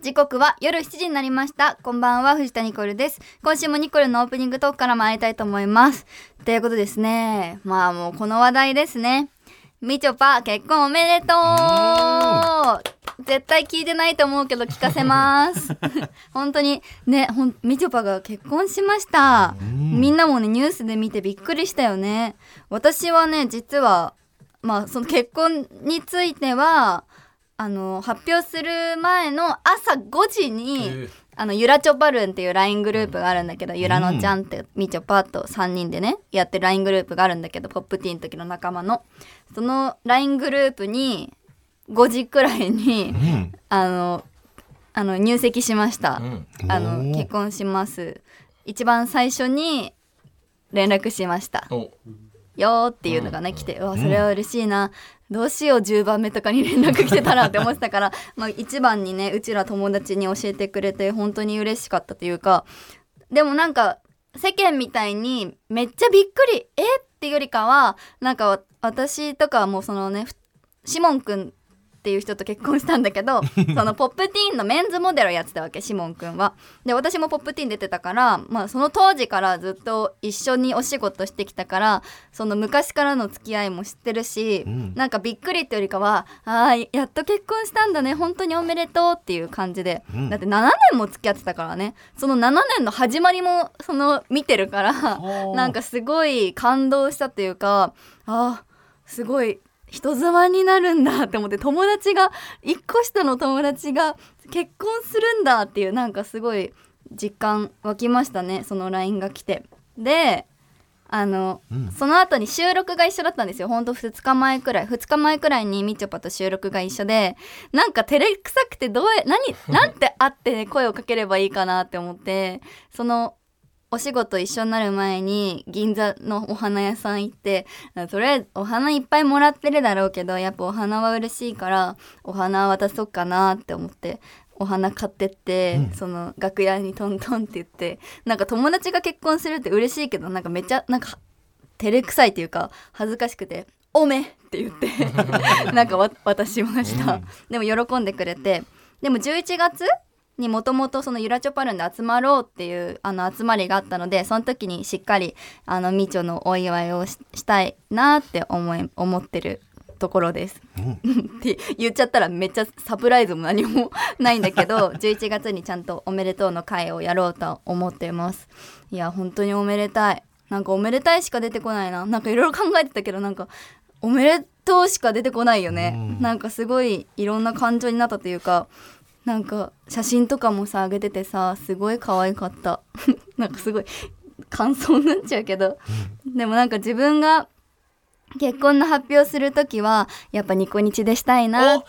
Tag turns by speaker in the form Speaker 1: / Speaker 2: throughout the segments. Speaker 1: 時刻は夜7時になりましたこんばんは藤田ニコルです今週もニコルのオープニングトークから参りたいと思いますということですねまあもうこの話題ですねみちょぱ結婚おめでとう絶対聞いてないと思うけど聞かせます 本当にねほんみちょぱが結婚しましたみんなもねニュースで見てびっくりしたよね私はね実はまあその結婚についてはあの発表する前の朝5時に、
Speaker 2: えー
Speaker 1: あのゆらチョパルンっていう LINE グループがあるんだけど、ゆらのちゃんってみちょぱと3人でねやってる LINE グループがあるんだけどポップティーンの時の仲間のその LINE グループに5時くらい
Speaker 3: う
Speaker 1: に
Speaker 3: ん
Speaker 1: あのあの入籍しました、
Speaker 2: うん
Speaker 1: あ
Speaker 3: お
Speaker 1: の
Speaker 3: ー
Speaker 1: 結婚します一番最初に連絡しました
Speaker 2: お
Speaker 1: よーっていうのがね、来てうわそれは嬉しいな、どうしよう10番目とかに連絡来てたらって思ってたから まあ1番にねうちら友達に教えてくれて本当に嬉しかったというかでもなんか世間みたいにめっちゃびっくりえっていうよりかはなんかわ私とかはもうそのねふシモンくんっていう人と結婚したんだ けどそのポップティーンのメンズモデルをやってたわけシモンくんは。で私もポップティーン出てたから、まあ、その当時からずっと一緒にお仕事してきたからその昔からの付き合いも知ってるし、
Speaker 3: うん
Speaker 1: なんかびっくりってよりかは「ああやっと結婚したんだね本当におめでとう」っていう感じで、
Speaker 3: うん
Speaker 1: だって7年も付き合ってたからねその7年の始まりもその見てるから
Speaker 3: ー
Speaker 1: なんかすごい感動したというかあーすごい人妻になるんだって思って友達が一個下の友達が結婚するんだっていうなんかすごい実感湧きましたねその LINE が来て。であの、
Speaker 3: うん
Speaker 1: その後に収録が一緒だったんですよほんと2日前くらい2日前くらいにみちょぱと収録が一緒でなんか照れくさくてどうや 何なんてあって、声をかければいいかなって思ってそのお仕事一緒になる前に銀座のお花屋さん行ってとりあえずお花いっぱいもらってるだろうけどやっぱお花は嬉しいからお花渡そうかなって思ってお花買ってって、
Speaker 3: うん
Speaker 1: その楽屋にトントンって言ってなんか友達が結婚するって嬉しいけどなんかめちゃなんか照れくさいというか恥ずかしくて「おめ!」って言ってなんかわ渡しました、でも喜んでくれてでも11月にもともとそのゆらちょぱるんで集まろうっていうあの集まりがあったのでその時にしっかりあのみちょのお祝いをししたいなって思い思ってるところです。って言っちゃったらめっちゃサプライズも何もないんだけど11月にちゃんと「おめでとう」の会をやろうと思ってますいや本当におめでたいなんかおめでたいしか出てこないななんかいろいろ考えてたけどなんかおめでとうしか出てこないよね、なんかすごいいろんな感情になったというかなんか写真とかもさ上げててさすごい可愛かった なんかすごい感想になっちゃうけどでもなんか自分が結婚の発表するときはやっぱニコニチでしたいなっ
Speaker 2: お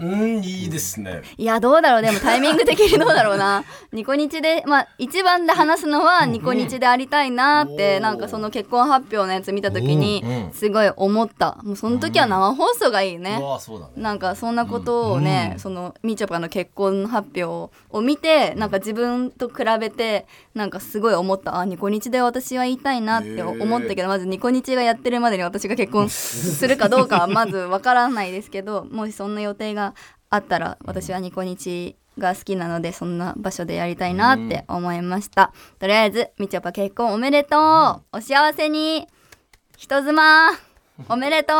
Speaker 2: うんいいですね
Speaker 1: いやどうだろうでもタイミング的にどうだろう なニコニチでまあ一番で話すのはニコニチでありたいなって、
Speaker 2: うん
Speaker 1: なんかその結婚発表のやつ見た時
Speaker 2: うん
Speaker 1: に
Speaker 2: うん
Speaker 1: すごい思ったもうその時は生放送がいいうね、
Speaker 2: わそうだね
Speaker 1: なんかそんなことをね、そのみちょぱの結婚発表を見てなんか自分と比べてなんかすごい思ったあニコニチで私は言いたいなって思ったけど、まずニコニチがやってるまでに私が結婚するかどう かはまずわからないですけどもしそんな予定があったら私はニコニチが好きなのでそんな場所でやりたいなって思いました、とりあえずみちょぱ結婚おめでとう、お幸せに人妻 おめでとう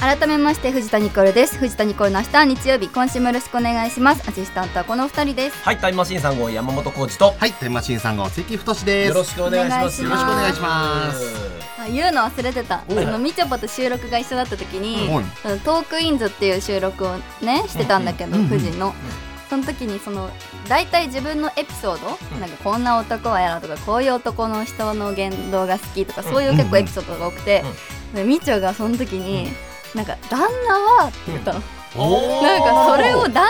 Speaker 1: 改めまして藤田ニコルです藤田ニコルの明日は日曜日今週もよろしくお願いしますアシスタントはこの二人です
Speaker 2: はいタイムマシーン3号山本浩二と
Speaker 3: はい、天マシンさんが関太志です。
Speaker 2: よろしくお願いします
Speaker 1: お願いし
Speaker 3: ます
Speaker 2: よろしくお願いしま
Speaker 1: あ言うの忘れてたあ
Speaker 2: おい
Speaker 1: のみちょぱと収録が一緒だった時に
Speaker 3: はい
Speaker 1: そのトークインズっていう収録をねしてたんだけど
Speaker 3: うんうん
Speaker 1: 富士のその時にその大体自分のエピソードなんかこんな男はやだとかこういう男の人の言動が好きとかそういう結構エピソードが多くてでみちょがその時になんか「旦那は」って言ったの
Speaker 2: おー
Speaker 1: なんかそれを「旦那は」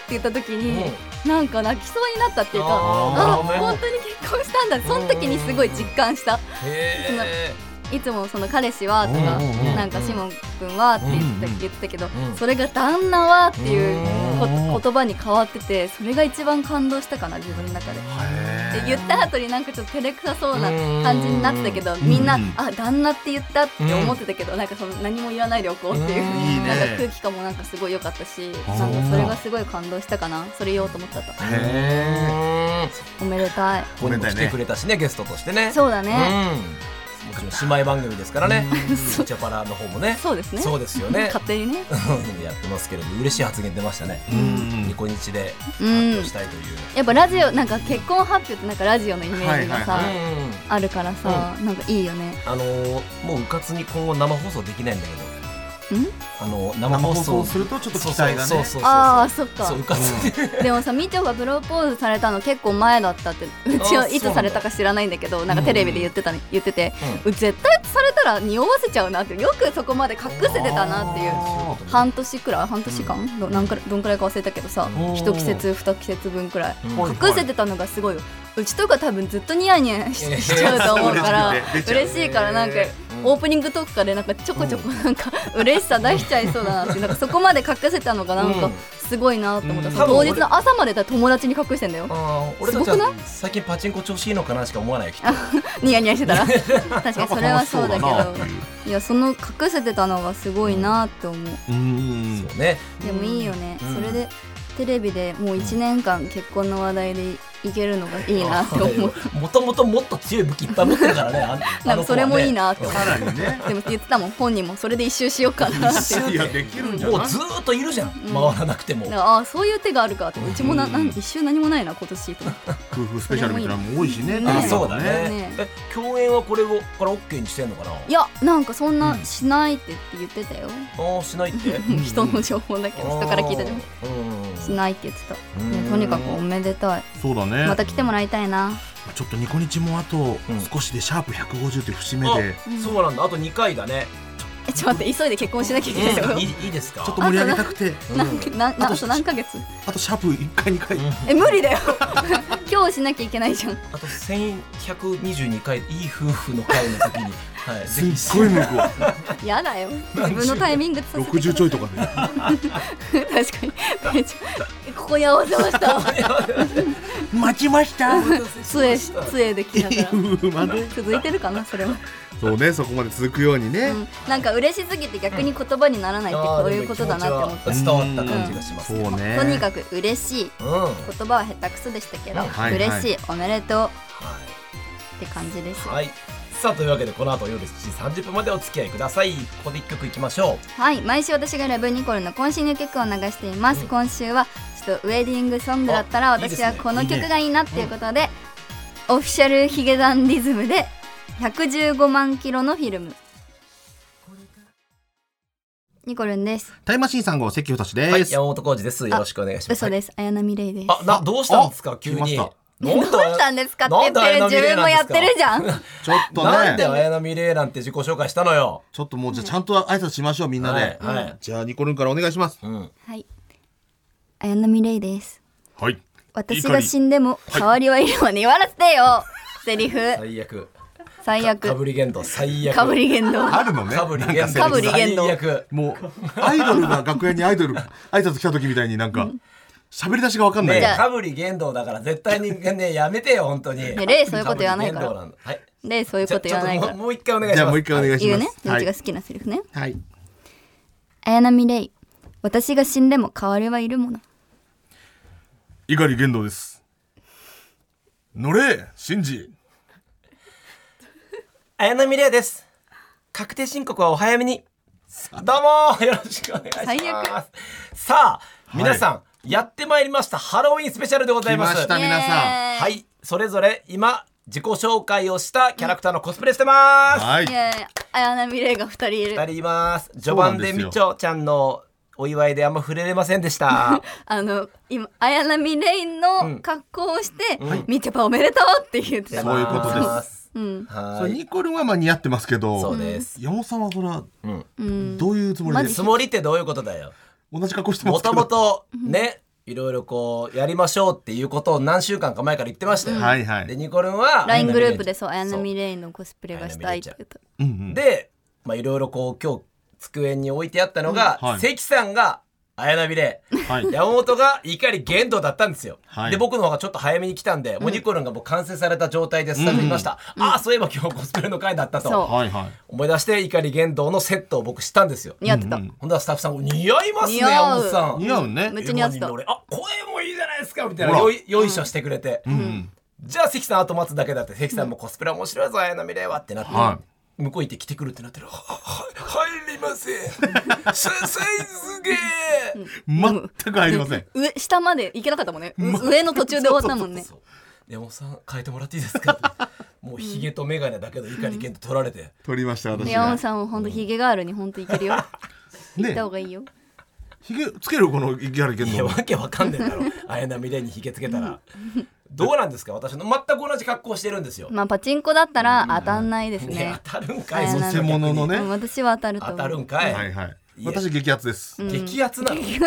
Speaker 1: って言った時に
Speaker 2: うん
Speaker 1: なんか泣きそうになったっていうかあ
Speaker 2: あー
Speaker 1: 本当に結婚したんだその時にすごい実感した
Speaker 2: へー
Speaker 1: いつもその彼氏はとか
Speaker 3: うんうんうん
Speaker 1: なんかシモン君はって言ってた言ってたけど
Speaker 2: うん
Speaker 1: それが旦那はっていう
Speaker 2: うん
Speaker 1: こ言葉に変わっててそれが一番感動したかな自分の中で。
Speaker 3: へ
Speaker 1: で
Speaker 3: ー
Speaker 1: 言った後になんかちょっと照れくさそうな感じになってたけどみんな
Speaker 3: うん
Speaker 1: 「あ旦那って言った」って思ってたけどなんかその何も言わないでおこうっていう
Speaker 2: うん
Speaker 3: いい
Speaker 1: なんか空
Speaker 3: ね
Speaker 1: 気感もなんかすごい良かったし
Speaker 3: あー
Speaker 1: なんかそれがすごい感動したかなそれ言おうと思ったと
Speaker 2: へえ
Speaker 1: おめでたい
Speaker 2: ここにも来てくれたしねゲストとしてね
Speaker 1: そうだね
Speaker 2: うんもちろん姉妹番組ですからねみちゃぱらの方もね
Speaker 1: そうですね
Speaker 2: そうですよね
Speaker 1: 勝手にね
Speaker 2: やってますけれども嬉しい発言出ましたね
Speaker 3: うん
Speaker 2: ニコニチで
Speaker 1: う
Speaker 2: 発
Speaker 1: ん
Speaker 2: 表したいという
Speaker 1: やっぱラジオなんか結婚発表ってなんかラジオのイメージがさ、
Speaker 3: は
Speaker 2: うん
Speaker 1: あるからさ、なんかいいよね
Speaker 2: あのーもううかつに今後生放送できないんだけど
Speaker 1: ん
Speaker 2: あの
Speaker 3: 生
Speaker 2: 生
Speaker 3: 放
Speaker 2: 放
Speaker 3: 送
Speaker 2: 送
Speaker 3: するとちょっと期待がね
Speaker 2: そうそうそうそう
Speaker 1: ああそっか
Speaker 2: そううかつに
Speaker 1: でもさみちょがプロポーズされたの結構前だったってうち
Speaker 2: あ
Speaker 1: は
Speaker 2: ー
Speaker 1: いつされたか知らないんだけどなんかテレビで言ってた、言ってて、絶対されたら匂わせちゃうなってよくそこまで隠せてたなっていう
Speaker 3: あー
Speaker 1: 半年くらい半年間、どなんかどんくらいか忘れたけどさ
Speaker 3: おー
Speaker 1: 一季節二季節分くらい
Speaker 2: うん
Speaker 3: はい
Speaker 1: 隠せてたのがすごいうちとか多分ずっとニヤニヤししちゃうと思うから
Speaker 3: 出ちゃう
Speaker 1: 嬉しいからなんか
Speaker 2: うん
Speaker 1: オープニングトークからなんかちょこちょこなんか 嬉しさ出しちゃいそうだなってなんかそこまで隠せたのがなん
Speaker 2: う
Speaker 1: か
Speaker 2: ん
Speaker 1: すごいなと思った、
Speaker 2: うん
Speaker 1: その当日の朝までだ友達に隠してんだよ
Speaker 2: あー俺たち
Speaker 1: すご
Speaker 2: は最近パチンコ調子いいのかなしか思わないきっと
Speaker 1: ニヤニヤしてたら確かにそれはそうだけ
Speaker 3: なんか楽しそうだなって
Speaker 1: ど
Speaker 3: いう
Speaker 1: いやその隠せてたのがすごいなって思う
Speaker 3: うん
Speaker 2: そうね
Speaker 1: でもいいよね、
Speaker 2: うん
Speaker 1: それでテレビでもう1年間結婚の話題でいけるのがいいなって思う
Speaker 2: もともともっと強い武器いっぱい持ってるからねあ あ
Speaker 1: なん
Speaker 2: の
Speaker 1: かそ
Speaker 2: 子はね
Speaker 1: れもいいなって思う
Speaker 3: さらにね
Speaker 1: でも言ってたもん本人もそれで一周しようかなって
Speaker 3: いやできるんじゃ
Speaker 2: も
Speaker 3: な
Speaker 2: う
Speaker 3: い
Speaker 2: ずーっといるじゃん
Speaker 1: うん
Speaker 2: 回らなくても
Speaker 1: だからああそういう手があるかってうちもななん一周何もないな今年とか
Speaker 3: 夫婦スペシャルみたいなのも多いしね
Speaker 1: それもいい
Speaker 2: あ
Speaker 1: ね
Speaker 2: そうだね
Speaker 1: ね
Speaker 2: え共演はこれをから OK にしてんのかない
Speaker 1: やなんかそんなしないって言って言ってたよ、
Speaker 2: あーしないって
Speaker 3: ん
Speaker 1: 人の情報だけど人から聞いた情報
Speaker 2: あーうん
Speaker 1: しないって言ってた、ね
Speaker 2: うん
Speaker 1: とにかくおめでたい
Speaker 3: そうだね
Speaker 1: また来てもらいたいな
Speaker 3: ちょっとニコニチもあと
Speaker 2: うん
Speaker 3: 少しでシャープ150という節目で
Speaker 1: うん
Speaker 2: そうなんだあと2回だね
Speaker 1: えちょっと待って急いで結婚しなきゃいけないよ、
Speaker 2: うんいいいいですか
Speaker 3: ちょっと盛り上げたくて
Speaker 1: なんかなな
Speaker 3: あと
Speaker 1: あと何ヶ月
Speaker 3: あとシャープ1回2回
Speaker 2: うん
Speaker 1: え無理だよ今日しなきゃいけないじゃん
Speaker 2: あと1122回いい夫婦の会の時 にはい
Speaker 3: す
Speaker 2: ぜ
Speaker 3: っ
Speaker 2: ひ
Speaker 3: ごい向こ
Speaker 1: やだよ自分のタイミングでさ
Speaker 3: う
Speaker 1: せて
Speaker 3: 60ちょいとかで
Speaker 1: 確かに めっちゃここに合わせました
Speaker 3: 待ちま した
Speaker 1: 杖杖できながら 続いてるかなそれは、
Speaker 3: そうねそこまで続くように
Speaker 1: う
Speaker 3: ね
Speaker 1: ん、なんか嬉しすぎて逆に言葉にならないってこういうことだなって思っ
Speaker 2: あーでも気持ちは伝わった感じがします
Speaker 3: そうね
Speaker 1: たとにかく嬉しい
Speaker 2: うんはい
Speaker 1: 言葉は下手くそでしたけど、
Speaker 2: はい
Speaker 3: はい
Speaker 1: 嬉しいおめでとうって感じです
Speaker 2: はいさあというわけでこの後夜7時30分までお付き合いくださいここで一曲いきましょ
Speaker 1: はい毎週私がラブニコルの渾身の曲を流しています、
Speaker 2: うん
Speaker 1: 今週はちょっとウェディングソングだったら
Speaker 2: あいいです
Speaker 1: 私
Speaker 2: ね
Speaker 1: はこの曲がいいなっていうことでオフィシャルヒゲダンディズムで115万キロのフィルムニコルンです
Speaker 3: タイムマシーンさん号関太
Speaker 2: うは
Speaker 3: で
Speaker 2: い
Speaker 3: す
Speaker 2: 山本浩二ですよろしくお願いします
Speaker 1: 嘘です綾波レイです
Speaker 2: あなどうしたんですか急に
Speaker 3: 来ました
Speaker 2: なんで
Speaker 1: どうしたんですかって言ってる
Speaker 2: なん
Speaker 1: 自
Speaker 2: で綾波レイ
Speaker 1: 分もやってるじゃん
Speaker 3: ちょっと
Speaker 2: なんで
Speaker 3: ね
Speaker 2: 綾波レイなんて自己紹介したのよ
Speaker 3: ちょっともうじゃあちゃんと挨拶しましょうみんなで
Speaker 2: はいはい
Speaker 3: じゃあニコルンからお願いします
Speaker 2: うん
Speaker 1: はい綾波レイです
Speaker 3: はい
Speaker 1: 私が死んでも代わりはいるわね言わなくてよセリフ
Speaker 2: 最悪
Speaker 1: 最
Speaker 2: か
Speaker 1: 悪
Speaker 2: ぶり言動最悪
Speaker 1: かぶり言動
Speaker 3: あるのね
Speaker 2: かぶり言動
Speaker 1: かぶり言動
Speaker 2: 最悪
Speaker 3: もうアイドルが楽屋にアイドル挨拶来た時みたいになんか喋り出しが分かんな
Speaker 2: ね
Speaker 3: い
Speaker 1: じゃあ
Speaker 2: かぶり言動だから絶対にねやめてよ本当に
Speaker 1: ねレイそういうこと言わないから
Speaker 2: かぶり言動んだはい
Speaker 1: でそういう
Speaker 2: じ
Speaker 1: こ
Speaker 2: ゃあ
Speaker 1: と
Speaker 2: ち
Speaker 1: 言
Speaker 2: ょっ
Speaker 1: わない
Speaker 2: と
Speaker 1: か
Speaker 2: もう
Speaker 1: ら
Speaker 2: もう一回お願いします
Speaker 3: じゃあもう一回お願いし
Speaker 1: 言う
Speaker 3: ま
Speaker 1: ね
Speaker 3: す
Speaker 1: どっ
Speaker 3: は
Speaker 1: ち
Speaker 3: い
Speaker 1: が好きなセリフね
Speaker 3: はい
Speaker 1: 綾波レイ私が死んでも代わりはいるもの
Speaker 3: 碇玄道です乗れ信じ
Speaker 2: 綾波レイです確定申告はお早めにどうもよろしくお願いします
Speaker 1: 最悪
Speaker 2: さあ皆さん、やってまいりましたハロウィンスペシャルでございます
Speaker 3: 来ました皆さ
Speaker 1: イエーイ
Speaker 2: はいそれぞれ今自己紹介をしたキャラクターのコスプレしてます、
Speaker 3: はい
Speaker 1: いやいや綾波レイが二人いる
Speaker 2: 二人います序
Speaker 3: うなん
Speaker 2: 盤
Speaker 3: です
Speaker 2: で
Speaker 3: よ
Speaker 2: みちょちゃんのお祝いであんま触れれませんでした
Speaker 1: あの今綾波レイの格好をして
Speaker 2: うん
Speaker 1: 「みちょぱおめでとう」って言って た
Speaker 3: そういうことです
Speaker 1: うん
Speaker 3: そ
Speaker 2: は
Speaker 3: れ
Speaker 2: い
Speaker 3: ニコルンはまあ似合ってますけど
Speaker 2: そうです、
Speaker 3: 山本さんはそれは
Speaker 2: うん
Speaker 1: うん
Speaker 3: どういうつもり
Speaker 1: マ
Speaker 3: で
Speaker 1: ジ
Speaker 2: つもりってどういうことだよ
Speaker 3: 同じ格好してま
Speaker 2: も
Speaker 3: すけ
Speaker 2: と
Speaker 3: ど
Speaker 2: もとねいろいろこうやりましょうっていうことを何週間か前から言ってましたよ、
Speaker 3: はいはい
Speaker 2: でニコルンは
Speaker 1: LINE グループでそう
Speaker 2: 綾
Speaker 1: 綾
Speaker 2: 波
Speaker 1: 波レイのコスプレがしたいって言った
Speaker 3: うんうん
Speaker 2: で、まあ、いろいろこう今日机に置いてあったのが、
Speaker 3: うんはい
Speaker 2: 関さんが綾波レイ、
Speaker 4: はい
Speaker 2: 山本が怒り言動だったんですよ、
Speaker 4: はい
Speaker 2: で僕の方がちょっと早めに来たんで、モニコルンがもう完成された状態でスタジオにいました、ああそういえば今日コスプレの回だった
Speaker 1: そう
Speaker 2: と
Speaker 4: はいはい
Speaker 2: 思い出して怒り言動のセットを僕したんですよ
Speaker 1: 似合ってた、
Speaker 2: ほんだらスタッフさんが似合いますね
Speaker 1: 似合う
Speaker 2: 山本さん
Speaker 4: 似合うね
Speaker 1: めっちゃ似合ってた
Speaker 2: エモリンの俺あ声もいいじゃないですかみたいな
Speaker 4: ほら
Speaker 2: よいよいしょしてくれて、
Speaker 4: うん
Speaker 2: じゃあ関さん後待つだけだって関さんもコスプレ面白いぞ綾波レイはってなって、
Speaker 4: は
Speaker 2: 向こう行って来てくるってなってるはは入りません ささいすげえ
Speaker 4: 全く入りません
Speaker 1: 上下まで行けなかったも んね、う上の途中で終わったもんね
Speaker 2: そう山本さん変えてもらっていいですか ってもうヒゲと眼鏡だけど怒り剣と取られて、
Speaker 4: 取りました
Speaker 1: で
Speaker 4: 私
Speaker 1: 山
Speaker 4: が
Speaker 1: 本さんも本当ヒゲガールに本当いけるよ行っ
Speaker 4: ね
Speaker 1: た方がいいよ
Speaker 4: ひげつけるこのいきなり剣
Speaker 2: いや
Speaker 4: 道
Speaker 2: わけわかんねえだろ綾波レイにヒゲつけたらどうなんですか私の全く同じ格好してるんですよ、
Speaker 1: まあパチンコだったら当たんないです
Speaker 2: ね
Speaker 1: ね、
Speaker 2: 当たるんかい
Speaker 1: 綾波
Speaker 2: そっちの
Speaker 4: 偽物の
Speaker 1: う
Speaker 4: ね
Speaker 1: ん私は当たると思
Speaker 2: 当
Speaker 1: う
Speaker 2: たるんかい、
Speaker 4: はいはい
Speaker 2: いや
Speaker 4: 私激アツです
Speaker 2: 激アツなの、い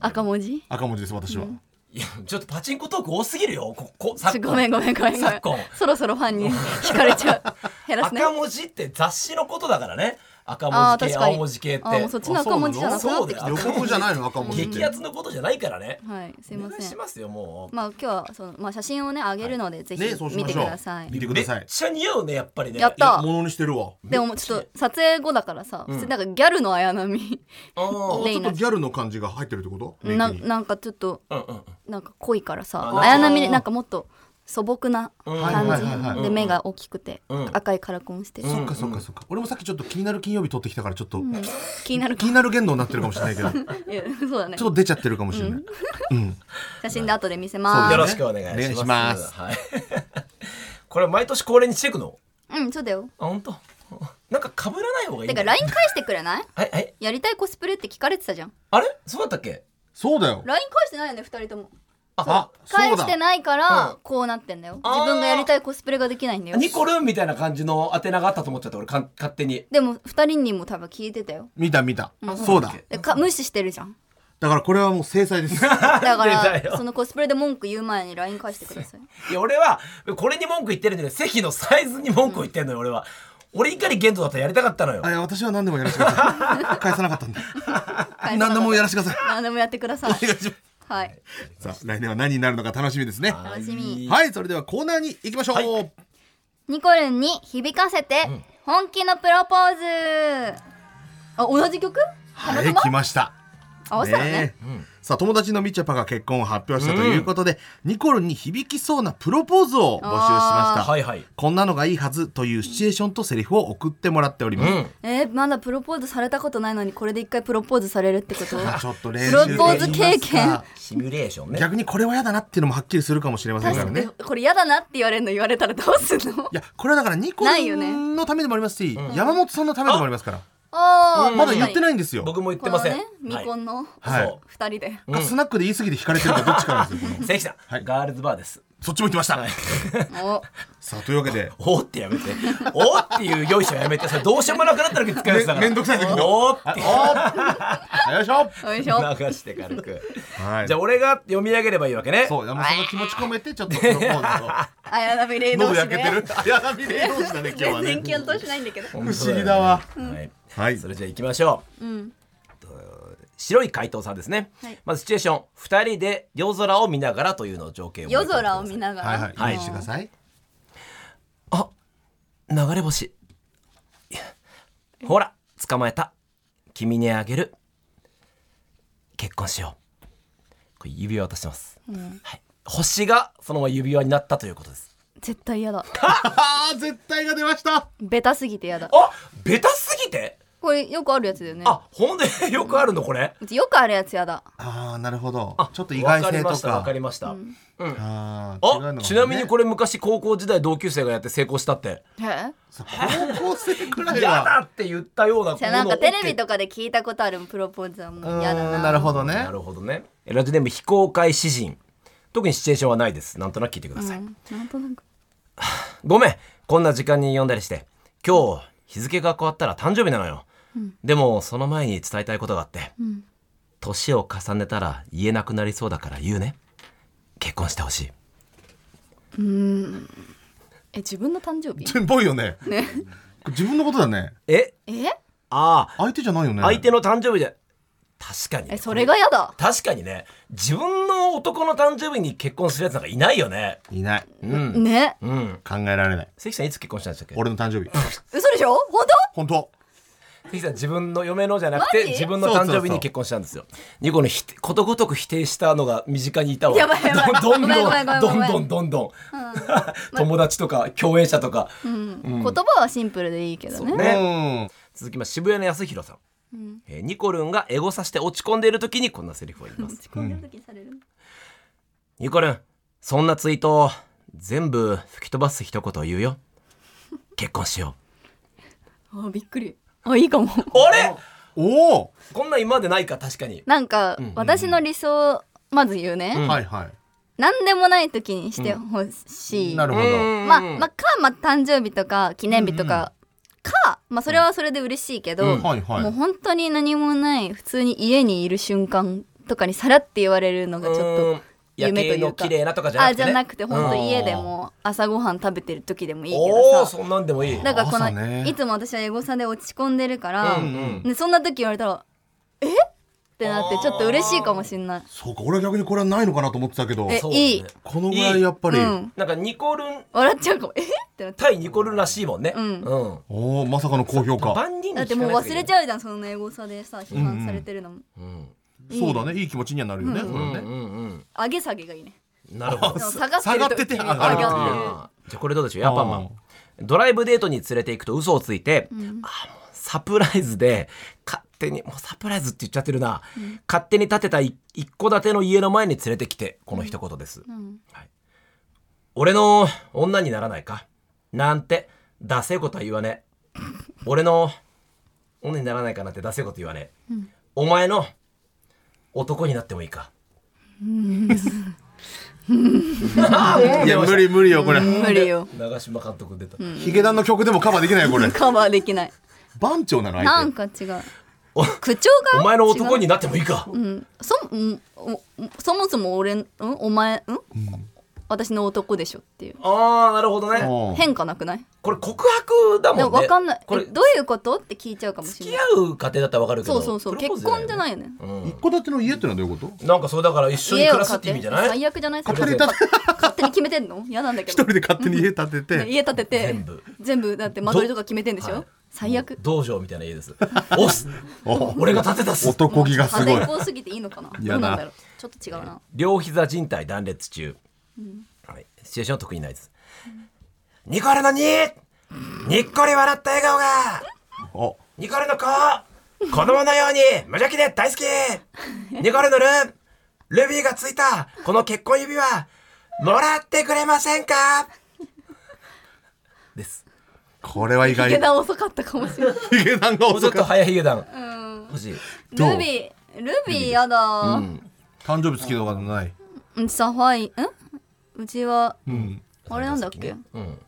Speaker 1: 赤文字
Speaker 4: 赤文字です私は
Speaker 2: やちょっとパチンコトーク多すぎるよここ
Speaker 1: ち
Speaker 2: 昨
Speaker 1: ょ
Speaker 2: 今
Speaker 1: ごめんごめんごめんごめん
Speaker 2: 昨今
Speaker 1: そろそろファンに 惹かれちゃう減らすね
Speaker 2: 赤文字って雑誌のことだからね赤
Speaker 1: あー
Speaker 2: 文字
Speaker 1: 確
Speaker 2: 系
Speaker 1: かにあーも
Speaker 2: 青文字系っ
Speaker 1: うそってちの赤文字じゃなくなってき
Speaker 2: あ
Speaker 1: た
Speaker 2: そうだよ
Speaker 4: 横文じゃないの赤文字って
Speaker 2: 激アツのことじゃないからね
Speaker 1: はいすい
Speaker 2: お
Speaker 1: ま
Speaker 2: 願い
Speaker 1: せ
Speaker 2: し
Speaker 1: ん
Speaker 2: ますよもう
Speaker 1: まあ今日はその、まあ、写真をねあげるので、ぜひ
Speaker 4: ねそうし
Speaker 1: 見
Speaker 4: ま
Speaker 1: て
Speaker 4: し
Speaker 1: く
Speaker 4: ょう
Speaker 1: ださい、
Speaker 4: 見てく
Speaker 2: め
Speaker 4: だ
Speaker 2: っ
Speaker 4: さい
Speaker 2: ちゃ似合うねやっぱりね
Speaker 1: やった
Speaker 4: ものにしてるわ
Speaker 1: でもちょっと撮影後だからさ、普通なんかギャルの綾波
Speaker 2: あー
Speaker 4: ちょっとギャルの感じが入ってるってことメイ
Speaker 1: な
Speaker 4: クに
Speaker 1: なんかちょっと
Speaker 2: うんうんうん
Speaker 1: なんか濃いからさ
Speaker 2: あ
Speaker 1: 綾波でなんかもっと素朴な
Speaker 4: はいはいはい
Speaker 1: 感
Speaker 4: は
Speaker 1: じ
Speaker 4: い
Speaker 1: で目が大きくて、
Speaker 2: ん
Speaker 1: 赤いカラコンしてる、
Speaker 4: そっかそっかそっか俺もさっきちょっと気になる金曜日撮ってきたからちょっと
Speaker 1: 気になる
Speaker 4: 気になる言動になってるかもしれないけどちょっ
Speaker 1: いやそうだね
Speaker 4: と出ちゃってるかもしれない
Speaker 1: 写真で後で見せ
Speaker 4: そう
Speaker 1: ま
Speaker 2: よ
Speaker 4: だね
Speaker 1: す
Speaker 2: ろしくお願いします
Speaker 4: お願いします
Speaker 2: はい これ毎年恒例にしていくの
Speaker 1: うんそうだよ
Speaker 2: あ本当なんか被らない方がいい
Speaker 1: て
Speaker 2: んだ
Speaker 1: か
Speaker 2: よ
Speaker 1: LINE 返してくれない
Speaker 2: はいはい
Speaker 1: やりたいコスプレって聞かれてたじゃん
Speaker 2: あれそうだったっけ
Speaker 4: そうだよ
Speaker 1: LINE 返してないよね2人とも
Speaker 4: あそ
Speaker 1: 返
Speaker 4: うだ
Speaker 1: してないからこうなってんだよ
Speaker 2: あー
Speaker 1: 自分がやりたいコスプレができないんだよ
Speaker 2: ニコルンみたいな感じの宛名があったと思っちゃった俺かん勝手に
Speaker 1: でも2人にも多分聞いてたよ
Speaker 4: 見た見たそうだ
Speaker 1: でか無視してるじゃん
Speaker 4: だからこれはもう制裁です は
Speaker 1: だか
Speaker 2: なんでだよ
Speaker 1: らそのコスプレで文句言う前に LINE 返してください
Speaker 2: いや俺はこれに文句言ってるんじゃない席のサイズに文句言ってんのよ俺は俺怒り限度だったらやりたかったのよ
Speaker 4: い私は何でもやらせてください返さなかったんで何でもやらせてくださ い
Speaker 1: 何でもやってください
Speaker 4: お願いします
Speaker 1: はい
Speaker 4: さあ来年は何になるのか楽しみですねは
Speaker 1: 楽しみ
Speaker 4: いそれではコーナーに行きましょう、
Speaker 1: ニコルンに響かせて本気のプロポーズ、あ同じ曲
Speaker 4: はい、来ました。
Speaker 1: 合わせたらね
Speaker 4: さあ友達のみちゃぱが結婚を発表したということで、ニコルに響きそうなプロポーズを募集しました、
Speaker 2: はいはい
Speaker 4: こんなのがいいはずというシチュエーションとセリフを送ってもらっております、
Speaker 2: うん
Speaker 1: えー、まだプロポーズされたことないのにこれで一回プロポーズされるって こと
Speaker 4: まあちょっと練習
Speaker 1: プロポーズ経
Speaker 4: と言いま
Speaker 1: 験
Speaker 4: すか
Speaker 2: シミュレーションね
Speaker 4: 逆にこれは嫌だなっていうのもはっきりするかもしれませんか
Speaker 1: 確
Speaker 4: ら
Speaker 1: か
Speaker 4: ね
Speaker 1: にこれ嫌だなって言われるの言われたらどうすんの
Speaker 4: いやこれはだからニコ
Speaker 1: ないよ
Speaker 4: ル
Speaker 1: ね
Speaker 4: ンのためでもありますし、山本さんのためでもありますから、
Speaker 1: ああ、
Speaker 4: まだ言って
Speaker 1: い
Speaker 4: ないんですよ、
Speaker 2: 僕も言って
Speaker 1: こ
Speaker 2: ま
Speaker 1: の
Speaker 2: せん、
Speaker 1: ね未婚の
Speaker 4: はい
Speaker 2: そ
Speaker 1: 二人で、
Speaker 4: かスナックで言い過ぎて引かれてるかどっちかなんですよこ
Speaker 2: う
Speaker 4: の
Speaker 2: 関さん、ガールズバーです
Speaker 4: そっちも行きました、
Speaker 1: お
Speaker 4: さあというわけで
Speaker 2: おーってやめておーっていうよいしょやめてそれどうしようもなくなった時に使うやつだから
Speaker 4: めめんどくさい時の
Speaker 2: おーって
Speaker 4: あよいしょ
Speaker 1: よいしょ
Speaker 2: 流して軽く
Speaker 4: はい
Speaker 2: じゃあ俺が読み上げればいいわけね
Speaker 4: そう、山本さんの気持ち込めて、ちょっとプロポー
Speaker 1: 綾波レイ
Speaker 4: ズ
Speaker 1: 同
Speaker 4: を。喉
Speaker 1: 士
Speaker 4: 焼け
Speaker 1: で
Speaker 4: てる。綾波レイ同士だね、今日は
Speaker 1: 全然
Speaker 4: ね。
Speaker 1: キュンとしないんだけど
Speaker 2: 不
Speaker 4: 不思議だわ。
Speaker 2: はい
Speaker 4: はい
Speaker 2: そ。れじゃあ行きましょう。えっと白い回答さんですね、
Speaker 1: はい
Speaker 2: まずシチュエーション2人で夜空を見ながらというのを条件を
Speaker 1: 夜空を見ながら、
Speaker 4: はいはい、
Speaker 2: はい
Speaker 4: 用意してください。
Speaker 2: あ流れ星いやほら捕まえた君にあげる結婚しようこれ指輪渡してます、はい、星がそのまま指輪になったということです
Speaker 1: 絶対嫌だ
Speaker 4: ああ、絶対が出ました。
Speaker 1: ベタすぎて嫌だ
Speaker 2: あベタすぎて
Speaker 1: これよくあるやつだよね
Speaker 2: あほんで よくあるのこれ
Speaker 1: うちよくあるやつやだ
Speaker 4: ああ、なるほど
Speaker 2: あ。
Speaker 4: ちょっと意外性と
Speaker 2: わかりましたわ
Speaker 4: か
Speaker 2: か。りました、
Speaker 4: あー違うのか
Speaker 2: あ
Speaker 4: もね
Speaker 2: ちなみにこれ昔高校時代同級生がやって成功したって
Speaker 1: え
Speaker 4: そう高校生くらい
Speaker 2: 嫌
Speaker 4: は。
Speaker 2: だって言ったようなも
Speaker 1: じゃあ
Speaker 2: の
Speaker 1: なん
Speaker 2: を
Speaker 1: かテレビとかで聞いたことあるプロポーズはもう嫌だ
Speaker 4: うー
Speaker 1: なん
Speaker 4: なるほど
Speaker 2: な
Speaker 4: ね。
Speaker 2: るほどねラジオネーム非公開詩人特にシチュエーションはないですなんとなく聞いてください、
Speaker 1: なんとなく
Speaker 2: ごめんこんな時間に呼んだりして今日日付が変わったら誕生日なのよ、でもその前に伝えたいことがあって年、を重ねたら言えなくなりそうだから言うね結婚してほしい
Speaker 1: え自分の誕生日
Speaker 4: っぽいよね。これ自分のことだね。
Speaker 2: え
Speaker 1: え
Speaker 2: ああ
Speaker 4: 相手じゃないよね。
Speaker 2: 相手の誕生日じゃ確かに
Speaker 1: えそれがやだ
Speaker 2: 確かにね自分の男の誕生日に結婚するやつなんかいないよね
Speaker 4: いない
Speaker 2: うん
Speaker 1: ね
Speaker 2: うん
Speaker 4: 考えられない
Speaker 2: 関さんいつ結婚したんでしたっけ
Speaker 4: 俺の誕生日
Speaker 1: 嘘でしょ本
Speaker 4: 本当
Speaker 2: 関さん自分の嫁のじゃなくて
Speaker 1: マジ
Speaker 2: 自分の誕生日に結婚したんですよニコのひことごとく否定したのが身近にいたわ
Speaker 1: やばいやばい
Speaker 2: ど
Speaker 1: ご
Speaker 2: んどん
Speaker 1: めんごめんごめん
Speaker 2: ど
Speaker 1: ご
Speaker 2: ん
Speaker 1: めん
Speaker 2: どんどんどん友達とか共演者とか
Speaker 1: 当、うん言葉はシンプルでいいけどね
Speaker 2: ね
Speaker 4: うん
Speaker 2: 続きまして渋谷の安弘さん、えーニコルンがエゴさして落ち込んでいる時にこんなセリフを言います
Speaker 1: 落ち込んでる時にされる、
Speaker 2: ニコルンそんなツイートを全部吹き飛ばす一言を言うよ結婚しよ
Speaker 1: あびっくりあいいかも
Speaker 2: うあれ
Speaker 4: おお
Speaker 2: こんなん今までないか確かに
Speaker 1: なんか、
Speaker 2: んうん
Speaker 1: 私の理想まず言うね、
Speaker 2: うん
Speaker 4: はいは
Speaker 1: 何でもない時にしてほしい、
Speaker 4: いなるほど
Speaker 1: まあ、まあ、か、まあ、誕生日とか記念日とか、か、まあ、それはそれで嬉しいけど、
Speaker 2: うん
Speaker 4: はいはい
Speaker 1: もう本当に何もない普通に家にいる瞬間とかにさらって言われるのがちょっと
Speaker 2: 夜
Speaker 1: 夢とい
Speaker 2: 景
Speaker 1: う
Speaker 2: の
Speaker 1: か
Speaker 2: 綺麗なとかじゃな
Speaker 1: あ
Speaker 2: くて、
Speaker 1: じ
Speaker 2: ね、
Speaker 1: ゃなくて本当
Speaker 2: うん
Speaker 1: 家でも朝ごはん食べてる時でもいいけ
Speaker 2: おお
Speaker 1: どさ
Speaker 2: そんなんでもいい
Speaker 1: だからこの、
Speaker 4: 朝ね
Speaker 1: いつも私はエゴサで落ち込んでるから、
Speaker 2: うんうん
Speaker 1: でそんな時言われたら「えっ?」てなってちょっと嬉しいかもしんない。
Speaker 4: そうか俺は逆にこれはないのかなと思ってたけど
Speaker 1: え
Speaker 2: そう
Speaker 1: いい
Speaker 2: だね
Speaker 4: このぐらいやっぱり
Speaker 1: うん、
Speaker 2: なんかニコルン
Speaker 1: 笑っちゃうかも「えっ?」てなって
Speaker 2: 対ニコルンらしいもんね
Speaker 1: うん
Speaker 2: うん
Speaker 4: おおまさかの高評価
Speaker 2: 万人に
Speaker 1: だってもう忘れちゃうじゃんそのエゴサでさ批判されてるのも、
Speaker 2: うん
Speaker 4: そうだねいい気持ちにはなるよねそ
Speaker 2: うん
Speaker 4: れ
Speaker 2: う
Speaker 4: ね
Speaker 2: ん
Speaker 1: 上げ下げがいいね
Speaker 2: うんな るほど
Speaker 1: その下がってる
Speaker 4: 下がってて上がる
Speaker 1: 上
Speaker 4: っていう
Speaker 1: がっ
Speaker 2: あーじゃあこれどうでしょうヤーパンマンドライブデートに連れて行くと嘘をついて、あーもうサプライズで勝手にもうサプライズって言っちゃってるな、勝手に建てたい一戸建ての家の前に連れてきてこの一言です、はい、俺の女にならないかなんてダセえことは言わねえ俺の女にならないかなんてダセえこと言わねえ、お前の男になってもいいか、
Speaker 4: いや無理無理よこれ
Speaker 1: 無理よ
Speaker 2: 長嶋監督出た、
Speaker 4: ヒゲダンの曲でもカバーできないよこれ
Speaker 1: カバーできない
Speaker 4: 番長なの
Speaker 1: な
Speaker 4: 相
Speaker 1: ん
Speaker 4: 手
Speaker 1: か違う
Speaker 2: お
Speaker 1: 口調が
Speaker 2: お前の男
Speaker 1: 違う
Speaker 2: になってもいいか、
Speaker 1: うんそうんおそもそも俺んんお前ん、私の男でしょっていう
Speaker 2: ああなるほどね、
Speaker 4: うん
Speaker 1: 変化なくない
Speaker 2: これ告白だもん
Speaker 1: で
Speaker 2: ね
Speaker 1: も分かんない
Speaker 2: こ
Speaker 1: え
Speaker 2: れ
Speaker 1: どういうことって聞いちゃうかもし
Speaker 2: 付
Speaker 1: れ
Speaker 2: き
Speaker 1: ない
Speaker 2: 合う過程だったらわかるけど
Speaker 1: そうそうそう
Speaker 2: プロポーズ
Speaker 1: 結婚じゃないいよね
Speaker 2: うん
Speaker 4: 一戸建ての家ってのはどういうこと
Speaker 2: なんかそうだから一緒に暮らすって意
Speaker 1: 家を
Speaker 2: 味じ
Speaker 1: 買
Speaker 2: ゃ
Speaker 1: っ
Speaker 2: ない
Speaker 1: 最悪じゃないそれ
Speaker 2: 勝手に
Speaker 1: 勝手に決めてんの嫌なんだけ
Speaker 4: 一
Speaker 1: ど
Speaker 4: 人で勝手に家建てて
Speaker 1: 家建てて
Speaker 2: 全部
Speaker 1: 全部だって間取りとか決めてんでしょ、
Speaker 2: はい
Speaker 1: 最悪
Speaker 2: 道場みたいな家ですおっす
Speaker 4: お
Speaker 2: 俺が建てたっす
Speaker 4: 男気がすごい
Speaker 1: 風光すぎていいのかな
Speaker 4: 嫌
Speaker 1: ど
Speaker 4: だ
Speaker 1: うなんだろうちょっと違うな
Speaker 2: 両膝靭帯断裂中、はい、シチュエーションは得意ないです、ニコルのににっこり笑った笑顔が
Speaker 4: お
Speaker 2: ニコルの子子供のように無邪気で大好きニコルのルンルビーがついたこの結婚指輪もらってくれませんかです
Speaker 4: これは意外
Speaker 1: ヒゲダン遅かったかもしれない
Speaker 4: ヒゲダンが
Speaker 2: もうちょ
Speaker 4: 遅
Speaker 2: っと
Speaker 4: かっ
Speaker 2: 早いヒゲダン欲しい
Speaker 4: どう
Speaker 1: ルビールビーやだ
Speaker 4: た誕生日付きとかない
Speaker 1: うんサファイんうちは
Speaker 4: うん
Speaker 1: あれなんだっけ
Speaker 2: うん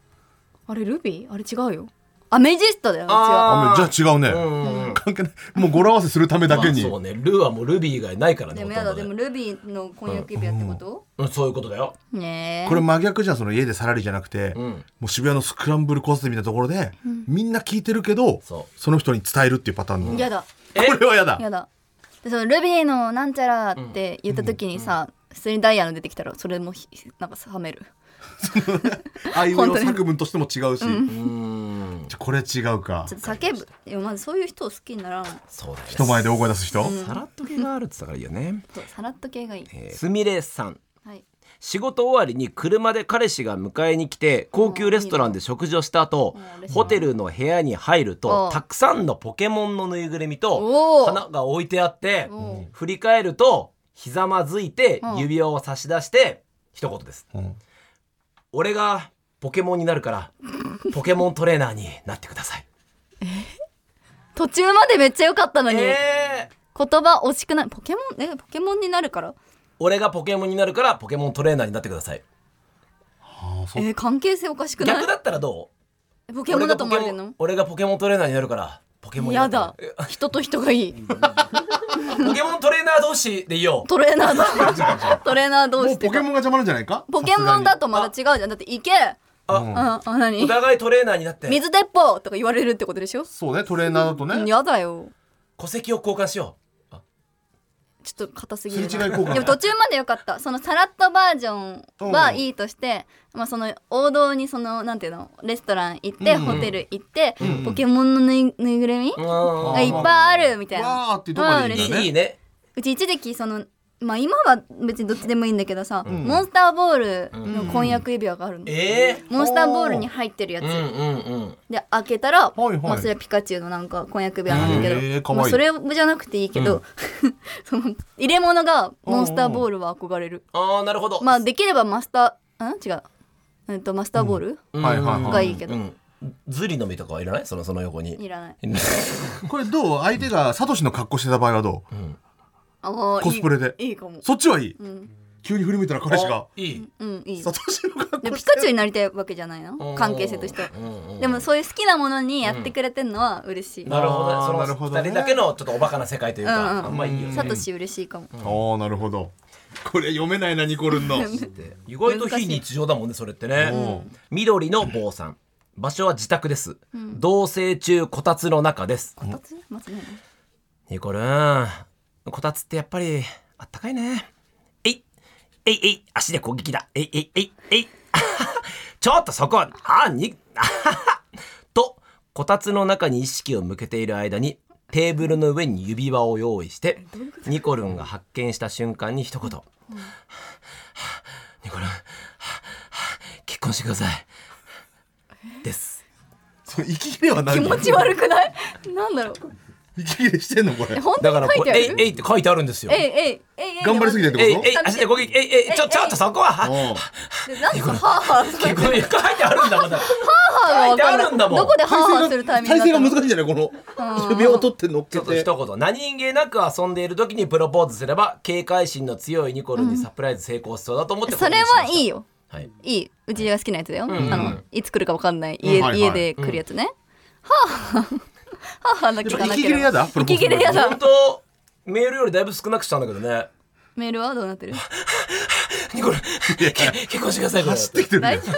Speaker 1: あれルビーあれ違うよアメジスタだようちは
Speaker 2: あ
Speaker 4: あ
Speaker 2: ー
Speaker 4: じゃあ違うね
Speaker 2: うん
Speaker 4: 関係ないもう語呂合わせするためだけに
Speaker 2: まあそうねルーはもうルビー以外ないからね
Speaker 1: でも
Speaker 2: ほ
Speaker 1: や
Speaker 2: と
Speaker 1: だ
Speaker 2: んど
Speaker 1: で
Speaker 2: ね
Speaker 1: もルビーの婚約指輪ってこと、
Speaker 2: うんそういうことだよ
Speaker 1: ねえ
Speaker 4: これ真逆じゃんその家でサラリーじゃなくて
Speaker 2: うん
Speaker 4: もう渋谷のスクランブル交差点みたいなところでみんな聞いてるけど
Speaker 2: そ
Speaker 4: そうの人に伝えるっていうパターンの
Speaker 1: やだ
Speaker 4: これはやだ
Speaker 1: やだでそのルビーのなんちゃらって言った時にさ、普通にダイヤの出てきたらそれもひなんか冷める
Speaker 4: あいうえ
Speaker 1: 本
Speaker 4: お
Speaker 1: 当に
Speaker 4: 作文としても違うし
Speaker 2: うーん
Speaker 4: じゃあこれ違うか
Speaker 1: ちょっと叫ぶいやまずそういう人を好きにならん
Speaker 2: そうだよね
Speaker 4: 人前で大声出す人
Speaker 2: さらっと気があるって言ったからいいよね
Speaker 1: そうさらっと系がいい、
Speaker 2: えーすみれさん
Speaker 1: はい、
Speaker 2: 仕事終わりに車で彼氏が迎えに来て高級レストランで食事をした後
Speaker 1: うんうん
Speaker 2: ホテルの部屋に入ると
Speaker 1: うん
Speaker 2: たくさんのポケモンのぬいぐるみと
Speaker 1: おー
Speaker 2: 花が置いてあって
Speaker 1: お
Speaker 2: 振り返るとひざまずいて
Speaker 1: うん
Speaker 2: 指輪を差し出して一言です
Speaker 4: うん
Speaker 2: 俺がポケモンにな るからポケモントレーナーになってください
Speaker 1: 途中までめっちゃ良かったのに、
Speaker 2: えー
Speaker 1: 言葉惜しくないポケモンえポケモンになるから
Speaker 2: 俺がポケモンになるからポケモントレーナーになってください
Speaker 1: えー関係性おかしくない
Speaker 2: 逆だったらどう
Speaker 1: ポケモンだと思われてんの
Speaker 2: 俺がポケモン俺がポケモントレーナーになるからポケモンにな
Speaker 1: や
Speaker 2: ってく
Speaker 1: だ人と人がいい
Speaker 2: ポケモントレーナー同士でいいよ。
Speaker 1: トレーナー だトレーナー同
Speaker 4: も
Speaker 1: 士
Speaker 4: う
Speaker 1: って
Speaker 4: ポケモンが邪魔なんじゃないか
Speaker 1: ポケモンだとまだ違うじゃんだって行け
Speaker 2: あ
Speaker 1: うんあ
Speaker 2: お
Speaker 1: 何
Speaker 2: 互いトレーナーになって
Speaker 1: 水鉄砲とか言われるってことでしょ
Speaker 4: そうねトレーナーだとね
Speaker 1: やだよ
Speaker 2: 戸籍を交換しよう。あ
Speaker 1: ちょっと硬すぎるな
Speaker 4: すれ違い効果が
Speaker 1: でも途中まで良かったそのさらっとバージョンはいいとして、まあ、その王道にそのなんていうのレストラン行って、ホテル行って、ポケモンのぬいぬいぐるみ
Speaker 2: うん
Speaker 1: がいっぱいあるみたい
Speaker 4: わ
Speaker 1: な
Speaker 4: ーっていうとこまでいいんだ
Speaker 1: うん
Speaker 4: ね
Speaker 2: いいね。
Speaker 1: うち一時期そのまあ今は別にどっちでもいいんだけどさ、モンスターボールの婚約指輪があるの、
Speaker 2: ええ
Speaker 1: モンスターボールに入ってるやつ、
Speaker 2: うんうんうん。
Speaker 1: で開けたら、
Speaker 4: はい
Speaker 1: まあ、それはピカチュウのなんか婚約指輪なんだけど、
Speaker 4: へーかわいい
Speaker 1: まあ、それじゃなくていいけど、 その入れ物がモンスターボールは憧れる、
Speaker 2: ああ、なるほど。
Speaker 1: まあできればマスターん違う、うん、とマスターボール、
Speaker 2: うん
Speaker 4: はいはいはい
Speaker 1: がいいけど、
Speaker 2: うん。ズリの実とかはいらないその、その横に。
Speaker 1: いらない
Speaker 4: これどう相手がサトシの格好してた場合はどう
Speaker 1: あー
Speaker 4: コスプレで
Speaker 1: いいいいかも
Speaker 4: そっちはいい
Speaker 1: うん、
Speaker 4: 急に振り向いたら彼氏が
Speaker 2: いい。
Speaker 1: うん、いい
Speaker 4: サトシの格
Speaker 1: で
Speaker 4: 好
Speaker 1: も
Speaker 4: し
Speaker 1: ピ
Speaker 4: て
Speaker 1: カチュウになりたいわけじゃないの関係性としては
Speaker 2: うんうん
Speaker 1: でもそういう好きなものにやってくれてんのは嬉しい、
Speaker 2: なるほど
Speaker 4: あー
Speaker 2: ね。
Speaker 4: な
Speaker 2: そ
Speaker 4: る
Speaker 2: の
Speaker 4: ほ
Speaker 2: 二
Speaker 4: どね
Speaker 2: 人だけのちょっとおバカな世界という
Speaker 1: うんうん
Speaker 2: か、あんまいいよね。
Speaker 1: サトシ嬉しいかも、
Speaker 4: ああなるほどこれ読めないなニコル ンの
Speaker 2: 意外と非日常だもんねそれってね、緑の坊さん場所は自宅です、同棲中こたつの中です
Speaker 1: こたつまずないの
Speaker 2: ニコルンこたつってやっぱりあったかいねえいえいえい足で攻撃だえいえいえいえい あははちょっとそこあに あははとこたつの中に意識を向けている間にテーブルの上に指輪を用意してニコルンが発見した瞬間に一言「ニコルンはは結婚してください」です。
Speaker 4: その息切れは
Speaker 1: 気
Speaker 4: 何
Speaker 1: 持ち悪くないなんだろう
Speaker 4: 息切れしてんのこれ
Speaker 1: 本
Speaker 2: だか
Speaker 1: 当
Speaker 2: ら
Speaker 1: に書い
Speaker 2: こ
Speaker 1: てあ
Speaker 2: れ「えい
Speaker 1: る
Speaker 2: えい」って書いてあるんですよ。
Speaker 1: えいえいえいえい
Speaker 4: 頑張りすぎてって
Speaker 2: えい
Speaker 4: こと
Speaker 2: えい足で攻撃えいえいちょちょっとそこは
Speaker 4: うん
Speaker 1: でなんかハーハー する
Speaker 2: 結構床入ってあるんだ まだ。
Speaker 1: ハーハーがわかん
Speaker 2: 書いてあるんだ
Speaker 1: な
Speaker 2: も
Speaker 1: い
Speaker 2: ん
Speaker 1: どこでハーハーするタイミング
Speaker 4: 体勢が
Speaker 1: だったの
Speaker 4: 難しいんじゃないこの指輪を取って乗っ
Speaker 2: ち
Speaker 4: け
Speaker 2: ょっと
Speaker 4: て
Speaker 2: 一言何気なく遊んでいる時にプロポーズすれば警戒心の強いニコルにサプライズ成功しそうだと思って
Speaker 1: それはいい
Speaker 2: よ、
Speaker 1: よ
Speaker 2: はい、
Speaker 1: いいうちが好きなやつだよ、
Speaker 2: ん
Speaker 1: あのいつ来るかわかんない家,、
Speaker 4: うんはいはい
Speaker 1: 家で来るやつね、ハーハーハーハーだけがなけ
Speaker 4: 息切れ
Speaker 1: れ
Speaker 4: やだ
Speaker 1: ば
Speaker 4: プロポーズ
Speaker 1: 息切れやだ
Speaker 2: 本当メールよりだいぶ少なくしたんだけどね
Speaker 1: メールはどうなってる
Speaker 2: ニコルけ結婚してくださいこれ
Speaker 4: 走ってきてるね
Speaker 1: 大丈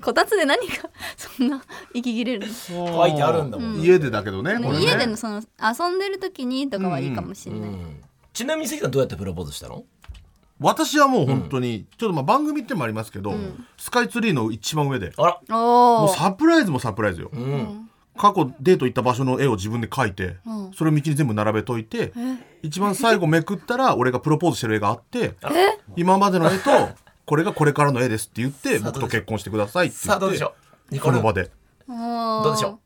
Speaker 1: 夫こたつで何がそんな息切れるの
Speaker 2: 書いてあるんだもん、
Speaker 4: 家でだけどね
Speaker 1: で
Speaker 4: こ
Speaker 1: も
Speaker 4: れ
Speaker 1: 家で
Speaker 4: ね
Speaker 1: のその遊んでる時にとかはいいかもしれない、
Speaker 2: うんちなみに関さんどうやってプロポーズしたの
Speaker 4: 私はもう本当にちょっとまあ番組ってのもありますけどスカイツリーの一番上で
Speaker 2: あら
Speaker 1: お
Speaker 4: もう
Speaker 1: お
Speaker 4: サプライズもサプライズよ
Speaker 2: うん
Speaker 4: 過去デート行った場所の絵を自分で描いて、
Speaker 1: うん
Speaker 4: それを道に全部並べといて一番最後めくったら俺がプロポーズしてる絵があって今までの絵とこれがこれからの絵ですって 言って僕と結婚してくださいって言
Speaker 2: さ
Speaker 4: っ
Speaker 2: あどうでしてょうニコ
Speaker 4: こ
Speaker 2: ル
Speaker 4: の場
Speaker 2: ど
Speaker 4: で
Speaker 1: ど
Speaker 2: うでしょ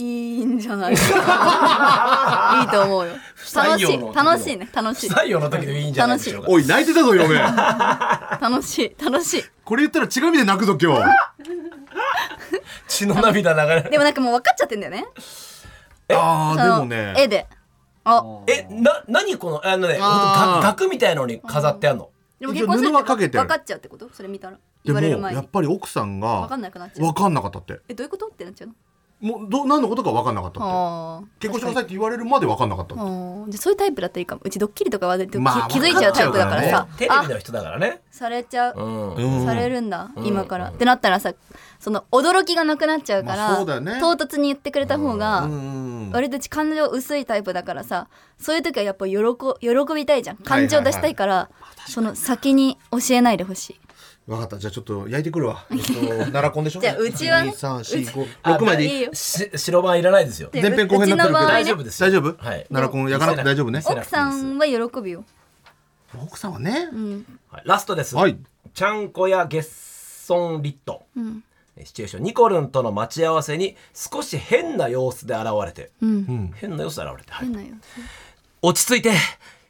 Speaker 1: いいんじゃないですかいいと思うよ楽し
Speaker 2: 採用
Speaker 1: い
Speaker 2: の
Speaker 1: 楽しいね楽し
Speaker 2: う
Speaker 1: い
Speaker 2: 不採用の時でいいんじゃないでしょうか
Speaker 4: おい泣いてたぞ嫁
Speaker 1: 楽しい楽しい
Speaker 4: これ言ったら違う意味で泣くぞ今日
Speaker 2: 血の涙流れる
Speaker 1: でもなんかもう分かっちゃってんだよね
Speaker 4: あ
Speaker 1: そ
Speaker 4: ー
Speaker 1: の
Speaker 4: でもね
Speaker 1: 絵であ
Speaker 2: えな何このあのねほんと額みたいのに飾ってあんの
Speaker 1: でも結婚する
Speaker 4: 一応布はかけてる
Speaker 1: 分かっちゃうってことそれ見たら
Speaker 4: で
Speaker 1: 言
Speaker 4: も
Speaker 1: われる前
Speaker 4: や
Speaker 1: に
Speaker 4: っぱり奥さんが
Speaker 1: 分かんなくなっちゃう
Speaker 4: 分かんなかったって
Speaker 1: えどういうことってなっちゃうの
Speaker 4: もうど何のことか分かんなかったって
Speaker 1: あー
Speaker 4: 結婚してくださいって言われるまで分かんなかったって
Speaker 1: あーでそういうタイプだったらいいかもうちドッキリとかは絶対
Speaker 4: まあ
Speaker 1: 気気づいちゃうタイプだから
Speaker 4: 分か
Speaker 1: さ
Speaker 4: っ
Speaker 2: テレビ
Speaker 1: あ
Speaker 2: の人だからね
Speaker 1: されちゃう
Speaker 2: うん
Speaker 4: うん
Speaker 1: されるんだ、今から、ってなったらさその驚きがなくなっちゃうから、
Speaker 4: まあそうだよね
Speaker 1: 唐突に言ってくれた方が、
Speaker 4: うん
Speaker 1: 割とち感情薄いタイプだからさそういう時はやっぱ喜喜びたいじゃん感情出したいから、その先に教えないでほしい
Speaker 4: 分かったじゃあちょっと焼いてくるわえっと 奈良コンでしょ
Speaker 1: じゃあうちはね
Speaker 4: 12346までいい
Speaker 1: いいよ
Speaker 2: し白番いらないですよ
Speaker 1: で
Speaker 4: 前編後編になって
Speaker 1: うちの
Speaker 4: るけど
Speaker 1: 場合ね
Speaker 2: 大丈夫ですよ
Speaker 4: 大丈夫
Speaker 2: はい
Speaker 4: 奈良コン焼かなくて大丈夫ね
Speaker 2: せなくていい
Speaker 1: 奥
Speaker 2: で
Speaker 1: さ
Speaker 2: す
Speaker 1: んは喜ぶよ
Speaker 4: 奥さんはね、
Speaker 2: はいラストです、
Speaker 4: はい
Speaker 2: ちゃんこやゲッソンリット、えシチュエーションニコルンとの待ち合わせに少し変な様子で現れて、変な様子で現れて、はい
Speaker 1: 変なよ
Speaker 2: 落ち着いて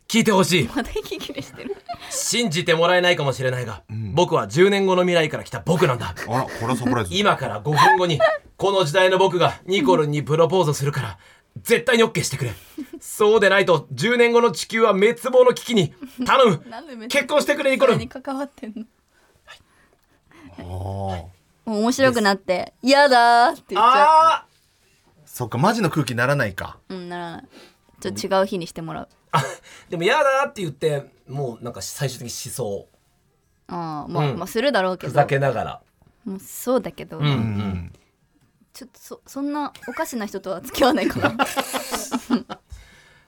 Speaker 2: 聞いてほしい
Speaker 1: まだ息切れしてる
Speaker 2: 信じてもらえないかもしれないが、僕は10年後の未来から来た僕なんだ
Speaker 4: あらこれはサプライズ
Speaker 2: 今から5分 後にこの時代の僕がニコルンにプロポーズするから絶対に OK してくれそうでないと10年後の地球は滅亡の危機に頼
Speaker 1: なんで
Speaker 2: む
Speaker 1: め
Speaker 2: 結婚してくれニコ
Speaker 1: そ
Speaker 2: ル
Speaker 1: れ
Speaker 2: ン
Speaker 1: に関わってんの
Speaker 4: あ
Speaker 1: もう面白くなって「やだ」って言っちゃ
Speaker 2: あ
Speaker 4: ーそっかマジの空気にならないか
Speaker 1: ううんならないちょっと違う日にしてもらう
Speaker 2: ーあでも嫌だって言ってもうなんか最終的に思想
Speaker 1: あー、まあ
Speaker 2: うん
Speaker 1: まあするだろうけ
Speaker 2: ふ
Speaker 1: ど
Speaker 2: ざけながら
Speaker 1: もうそうだけど、
Speaker 2: うん
Speaker 1: ちょっとそそんなおかしな人とは付き合わないかな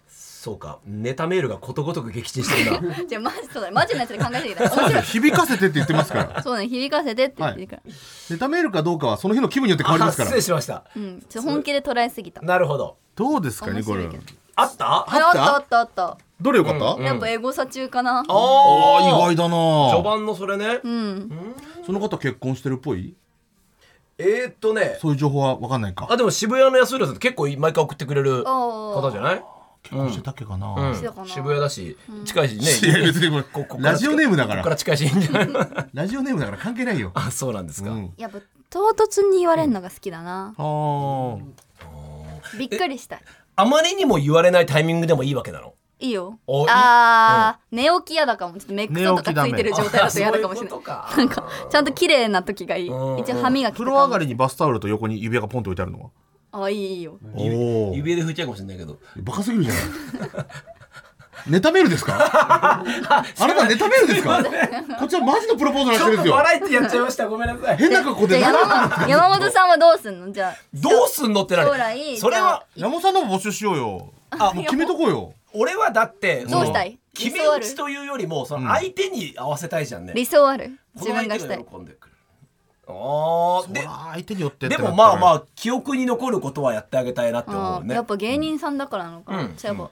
Speaker 2: そうかネタメールがことごとく撃沈してるな
Speaker 1: じゃあマジそうだねマジのやつで考えてきた面白い
Speaker 4: 響かせてって言ってますから。
Speaker 1: そうね響かせてって言ってるから、
Speaker 4: ネタメールかどうかはその日の気分によって変わります か
Speaker 2: あ
Speaker 4: ら
Speaker 2: 失礼。しました
Speaker 1: うんちょっと本気で捉えすぎた
Speaker 2: なるほど
Speaker 4: どうですかね、これ
Speaker 1: 面白いけ。
Speaker 2: あった
Speaker 1: ああったあったあった
Speaker 4: どれよかった、
Speaker 2: うん
Speaker 1: やっぱエゴサ中かな
Speaker 4: ああ、
Speaker 2: あ
Speaker 4: 意外だ
Speaker 2: 序
Speaker 4: な
Speaker 2: 盤のそれね
Speaker 1: うん
Speaker 4: その方結婚してるっぽい
Speaker 2: えーっとね
Speaker 4: そういう情報はわかんないか。
Speaker 2: あでも渋谷の安浦さんって結構毎回送ってくれる方
Speaker 1: あ
Speaker 2: じゃ
Speaker 1: あ
Speaker 2: ない
Speaker 4: 結婚してたっけかな、
Speaker 2: うん
Speaker 1: そうかな
Speaker 2: 渋谷だし近いし
Speaker 4: いや
Speaker 2: ね
Speaker 4: 別にこ
Speaker 2: こ
Speaker 4: れ
Speaker 2: こから
Speaker 4: ラジオネームだか
Speaker 2: ここからら近いしい いんじゃない
Speaker 4: ラジオネームだから関係ないよ、
Speaker 2: あそうなんです
Speaker 4: う
Speaker 2: か
Speaker 4: ん、
Speaker 1: やっぱ唐突に言われるのが好きだな、
Speaker 4: あー
Speaker 1: びっくりしたい
Speaker 2: あまりにも言われないタイミングでもいいわけなの
Speaker 1: いいよ
Speaker 2: おいい
Speaker 1: あー、寝起き嫌だかもちょっとメイクさんとかついてる状態だと嫌だかもしれない
Speaker 2: あそういうことか
Speaker 1: なんかちゃんと綺麗な時がいい一
Speaker 2: うん
Speaker 1: 応歯磨きと
Speaker 4: 風呂上
Speaker 1: か
Speaker 4: がりにバスタオルと横に指輪がポンと置いてあるのは
Speaker 1: あいいいいよ
Speaker 4: お
Speaker 2: 指で拭いちゃうかもしれないけど
Speaker 4: バカすぎるじゃない ネタメールですかあなたネタメールですかこっちはマジのプロポーズの話ですよ
Speaker 2: いってやっちゃいましたごめんなさい
Speaker 4: 変な格好
Speaker 1: じ
Speaker 4: で
Speaker 1: ゃあ山本山本さんはどうすんのじゃ
Speaker 2: どうすんのってな
Speaker 1: 将
Speaker 2: る
Speaker 1: 来
Speaker 2: それは
Speaker 4: 山本さんのも募集しようよ
Speaker 2: あ
Speaker 4: もう決めとこうよ
Speaker 2: 俺はだって
Speaker 1: どうしたい
Speaker 2: その決め打ちというよりもその相手に合わせたいじゃんね
Speaker 1: あ、理想ある
Speaker 2: こ
Speaker 1: 自
Speaker 2: の
Speaker 1: 分が
Speaker 2: 相
Speaker 1: し
Speaker 2: 手
Speaker 1: た
Speaker 2: が
Speaker 1: い
Speaker 2: 喜んでくれるあー
Speaker 4: で
Speaker 2: で
Speaker 4: 相手によって
Speaker 2: でもまあま
Speaker 4: あ
Speaker 2: あ記憶に残ることはやってあげたいなって思
Speaker 1: あ
Speaker 2: う
Speaker 1: ー
Speaker 2: ね
Speaker 1: やっぱ芸人さんだからなのかな、
Speaker 2: うん
Speaker 1: じゃあやっ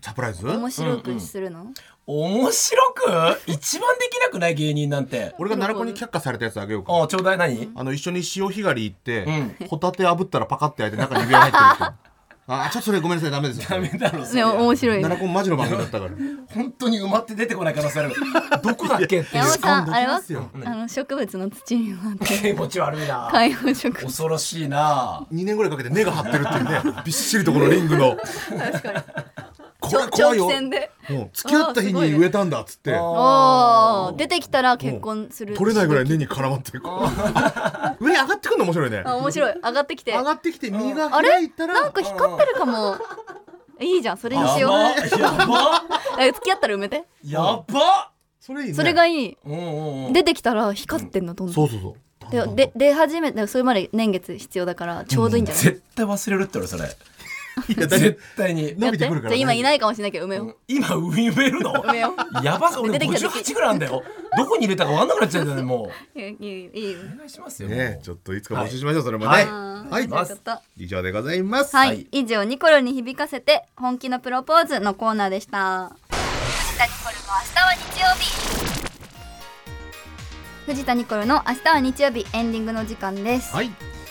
Speaker 4: サプライズ
Speaker 1: ぱ面白くするの、
Speaker 2: 面白く一番できなくない芸人なんて
Speaker 4: 俺が奈良子に却下されたやつあげようか
Speaker 2: あちょうだい何
Speaker 4: あの一緒に潮干狩り行って、
Speaker 2: う
Speaker 4: ホタテ炙ったらパカって開いて中に指輪入ってる人あーちょっとそれごめんなさいダメです
Speaker 2: ダメだろそ
Speaker 1: ね
Speaker 2: れ
Speaker 1: 面白い
Speaker 4: ナ
Speaker 1: ね
Speaker 4: ナコンマジの番組だったから
Speaker 2: 本当に埋まって出てこない可能性あるどこだ っけってい
Speaker 1: 山本
Speaker 2: う
Speaker 1: さ
Speaker 4: しか
Speaker 1: ん
Speaker 4: も
Speaker 1: あれ
Speaker 4: で
Speaker 1: は
Speaker 4: きますよ
Speaker 1: あの植物の土に埋まって
Speaker 2: 気持ち悪いな
Speaker 1: 海洋植物
Speaker 2: 恐ろしいな
Speaker 4: 2年ぐらいかけて根が張ってるっていうねびっ しりとこのリングの
Speaker 1: 確かに
Speaker 4: これ
Speaker 1: 長長
Speaker 4: 怖いよ
Speaker 1: 期
Speaker 4: も
Speaker 1: 戦で
Speaker 4: う付き合った日に植えたんだっつって
Speaker 1: おー出てきたら結婚する
Speaker 4: 取れないぐらい根に絡まってるあ 上に上がってくんの面白いね
Speaker 1: あ面白い上がってきて
Speaker 4: 上がってきて身が
Speaker 1: あ
Speaker 4: 開
Speaker 1: れ
Speaker 4: いた
Speaker 1: なん
Speaker 4: ら
Speaker 1: か光ってるかもいいじゃんそれにし
Speaker 2: や
Speaker 1: よう
Speaker 2: ば
Speaker 1: だ か
Speaker 2: やば
Speaker 1: ら付き合ったら埋めて
Speaker 2: やば
Speaker 4: それいいね
Speaker 1: それがいい
Speaker 2: うんうんうん
Speaker 1: 出てきたら光ってんのどんど
Speaker 4: そ
Speaker 1: ん
Speaker 4: うそうそう
Speaker 1: でで出始めてそれまで年月必要だからちょうどいいんじゃない
Speaker 2: 絶対忘れるって俺それ
Speaker 4: いやだって
Speaker 2: 絶対に
Speaker 4: 伸びてくるか
Speaker 1: じゃあ
Speaker 4: ら
Speaker 1: 今いないかもしれないけど埋めよう
Speaker 2: 今埋めるの
Speaker 1: 埋めよ
Speaker 2: やばさ俺
Speaker 1: 出てきた時
Speaker 2: 58ぐらいなんだよどこに入れたか分かんなくなっちゃうんだよねも
Speaker 1: ういいいいいいよ
Speaker 2: うお願いしますよ
Speaker 4: ね
Speaker 2: もう
Speaker 4: ちょっといつか募集しましょうそれもね
Speaker 2: はい
Speaker 1: は
Speaker 4: はい
Speaker 1: よかった
Speaker 4: 以上でございます
Speaker 1: はい、
Speaker 2: はい
Speaker 1: 以上ニコルに響かせて本気のプロポーズのコーナーでした藤田ニコルの明日は日曜日藤田ニコルの明日は日曜日エンディングの時間です、
Speaker 4: はい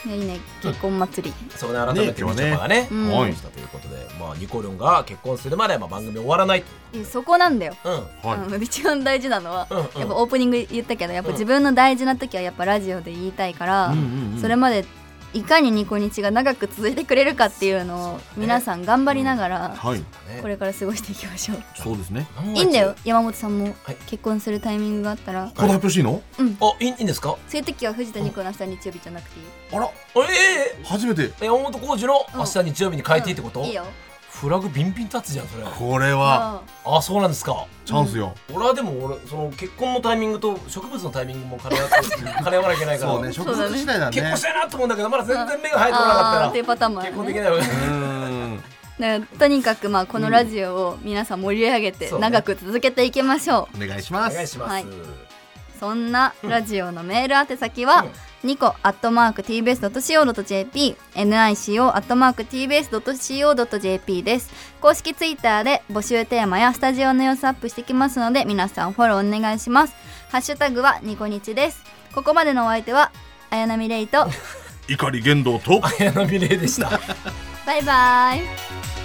Speaker 1: い、いね結婚祭り、
Speaker 2: そうね改め
Speaker 4: ね
Speaker 2: て
Speaker 4: 今
Speaker 2: み
Speaker 4: 日
Speaker 2: ち
Speaker 4: ね
Speaker 2: ょぱがね
Speaker 1: うん
Speaker 2: 応援したということでまあニコルンが結婚するまではまあ番組終わらないと
Speaker 1: いやそこなんだよ、
Speaker 2: うん
Speaker 4: はい
Speaker 1: あの一番大事なのは、
Speaker 2: うんうん
Speaker 1: やっぱオープニング言ったけどやっぱ自分の大事な時はやっぱラジオで言いたいから、それまでいかにニコニチが長く続いてくれるかっていうのを皆さん頑張りながら、
Speaker 4: はい
Speaker 2: ね
Speaker 1: これから過ごしていきましょう
Speaker 4: そうですね
Speaker 2: 万が一
Speaker 1: いいんだよ山本さんも
Speaker 2: はい
Speaker 1: 結婚するタイミングがあったら、
Speaker 4: ここで発表していいの
Speaker 2: あいいいいんですか
Speaker 1: そういう時は藤田ニコの明日日曜日じゃなくていい
Speaker 4: あら
Speaker 2: あえ
Speaker 4: 初めて
Speaker 2: え山本浩二の明日日曜日に変えていいってこと
Speaker 1: いいよ
Speaker 2: フラグビンビン立つじゃんそれ
Speaker 4: これは
Speaker 2: あそうなんですか
Speaker 4: チャンスよ
Speaker 2: 俺はでも俺その結婚のタイミングと植物のタイミングも兼ね合って兼ね合わなきゃいけないから
Speaker 4: 植
Speaker 1: 物次
Speaker 4: 第だ
Speaker 2: 結婚したいなと思うんだけどまだ全然目が
Speaker 1: あ
Speaker 2: 生えてこな
Speaker 1: あー
Speaker 2: か
Speaker 1: っ
Speaker 2: って
Speaker 1: いう
Speaker 2: た
Speaker 1: パターンも
Speaker 2: ら
Speaker 1: ある
Speaker 2: 結婚でき
Speaker 1: ね
Speaker 2: ないわ
Speaker 4: うーん
Speaker 1: だからとにかくまあこのラジオを皆さん盛り上げて
Speaker 2: そうね
Speaker 1: 長く続けていきましょう、
Speaker 4: お願いしま
Speaker 2: お願いします、
Speaker 1: はいそんなラジオのメール宛先は、ニコアットマーク tbs.co.jp nico アットマーク tbs.co.jp です公式ツイッターで募集テーマやスタジオの様子アップしてきますので皆さんフォローお願いしますハッシュタグはニコニチですここまでのお相手は綾波レイと
Speaker 3: 怒り言動と
Speaker 2: 綾波レイでした
Speaker 1: バイバイ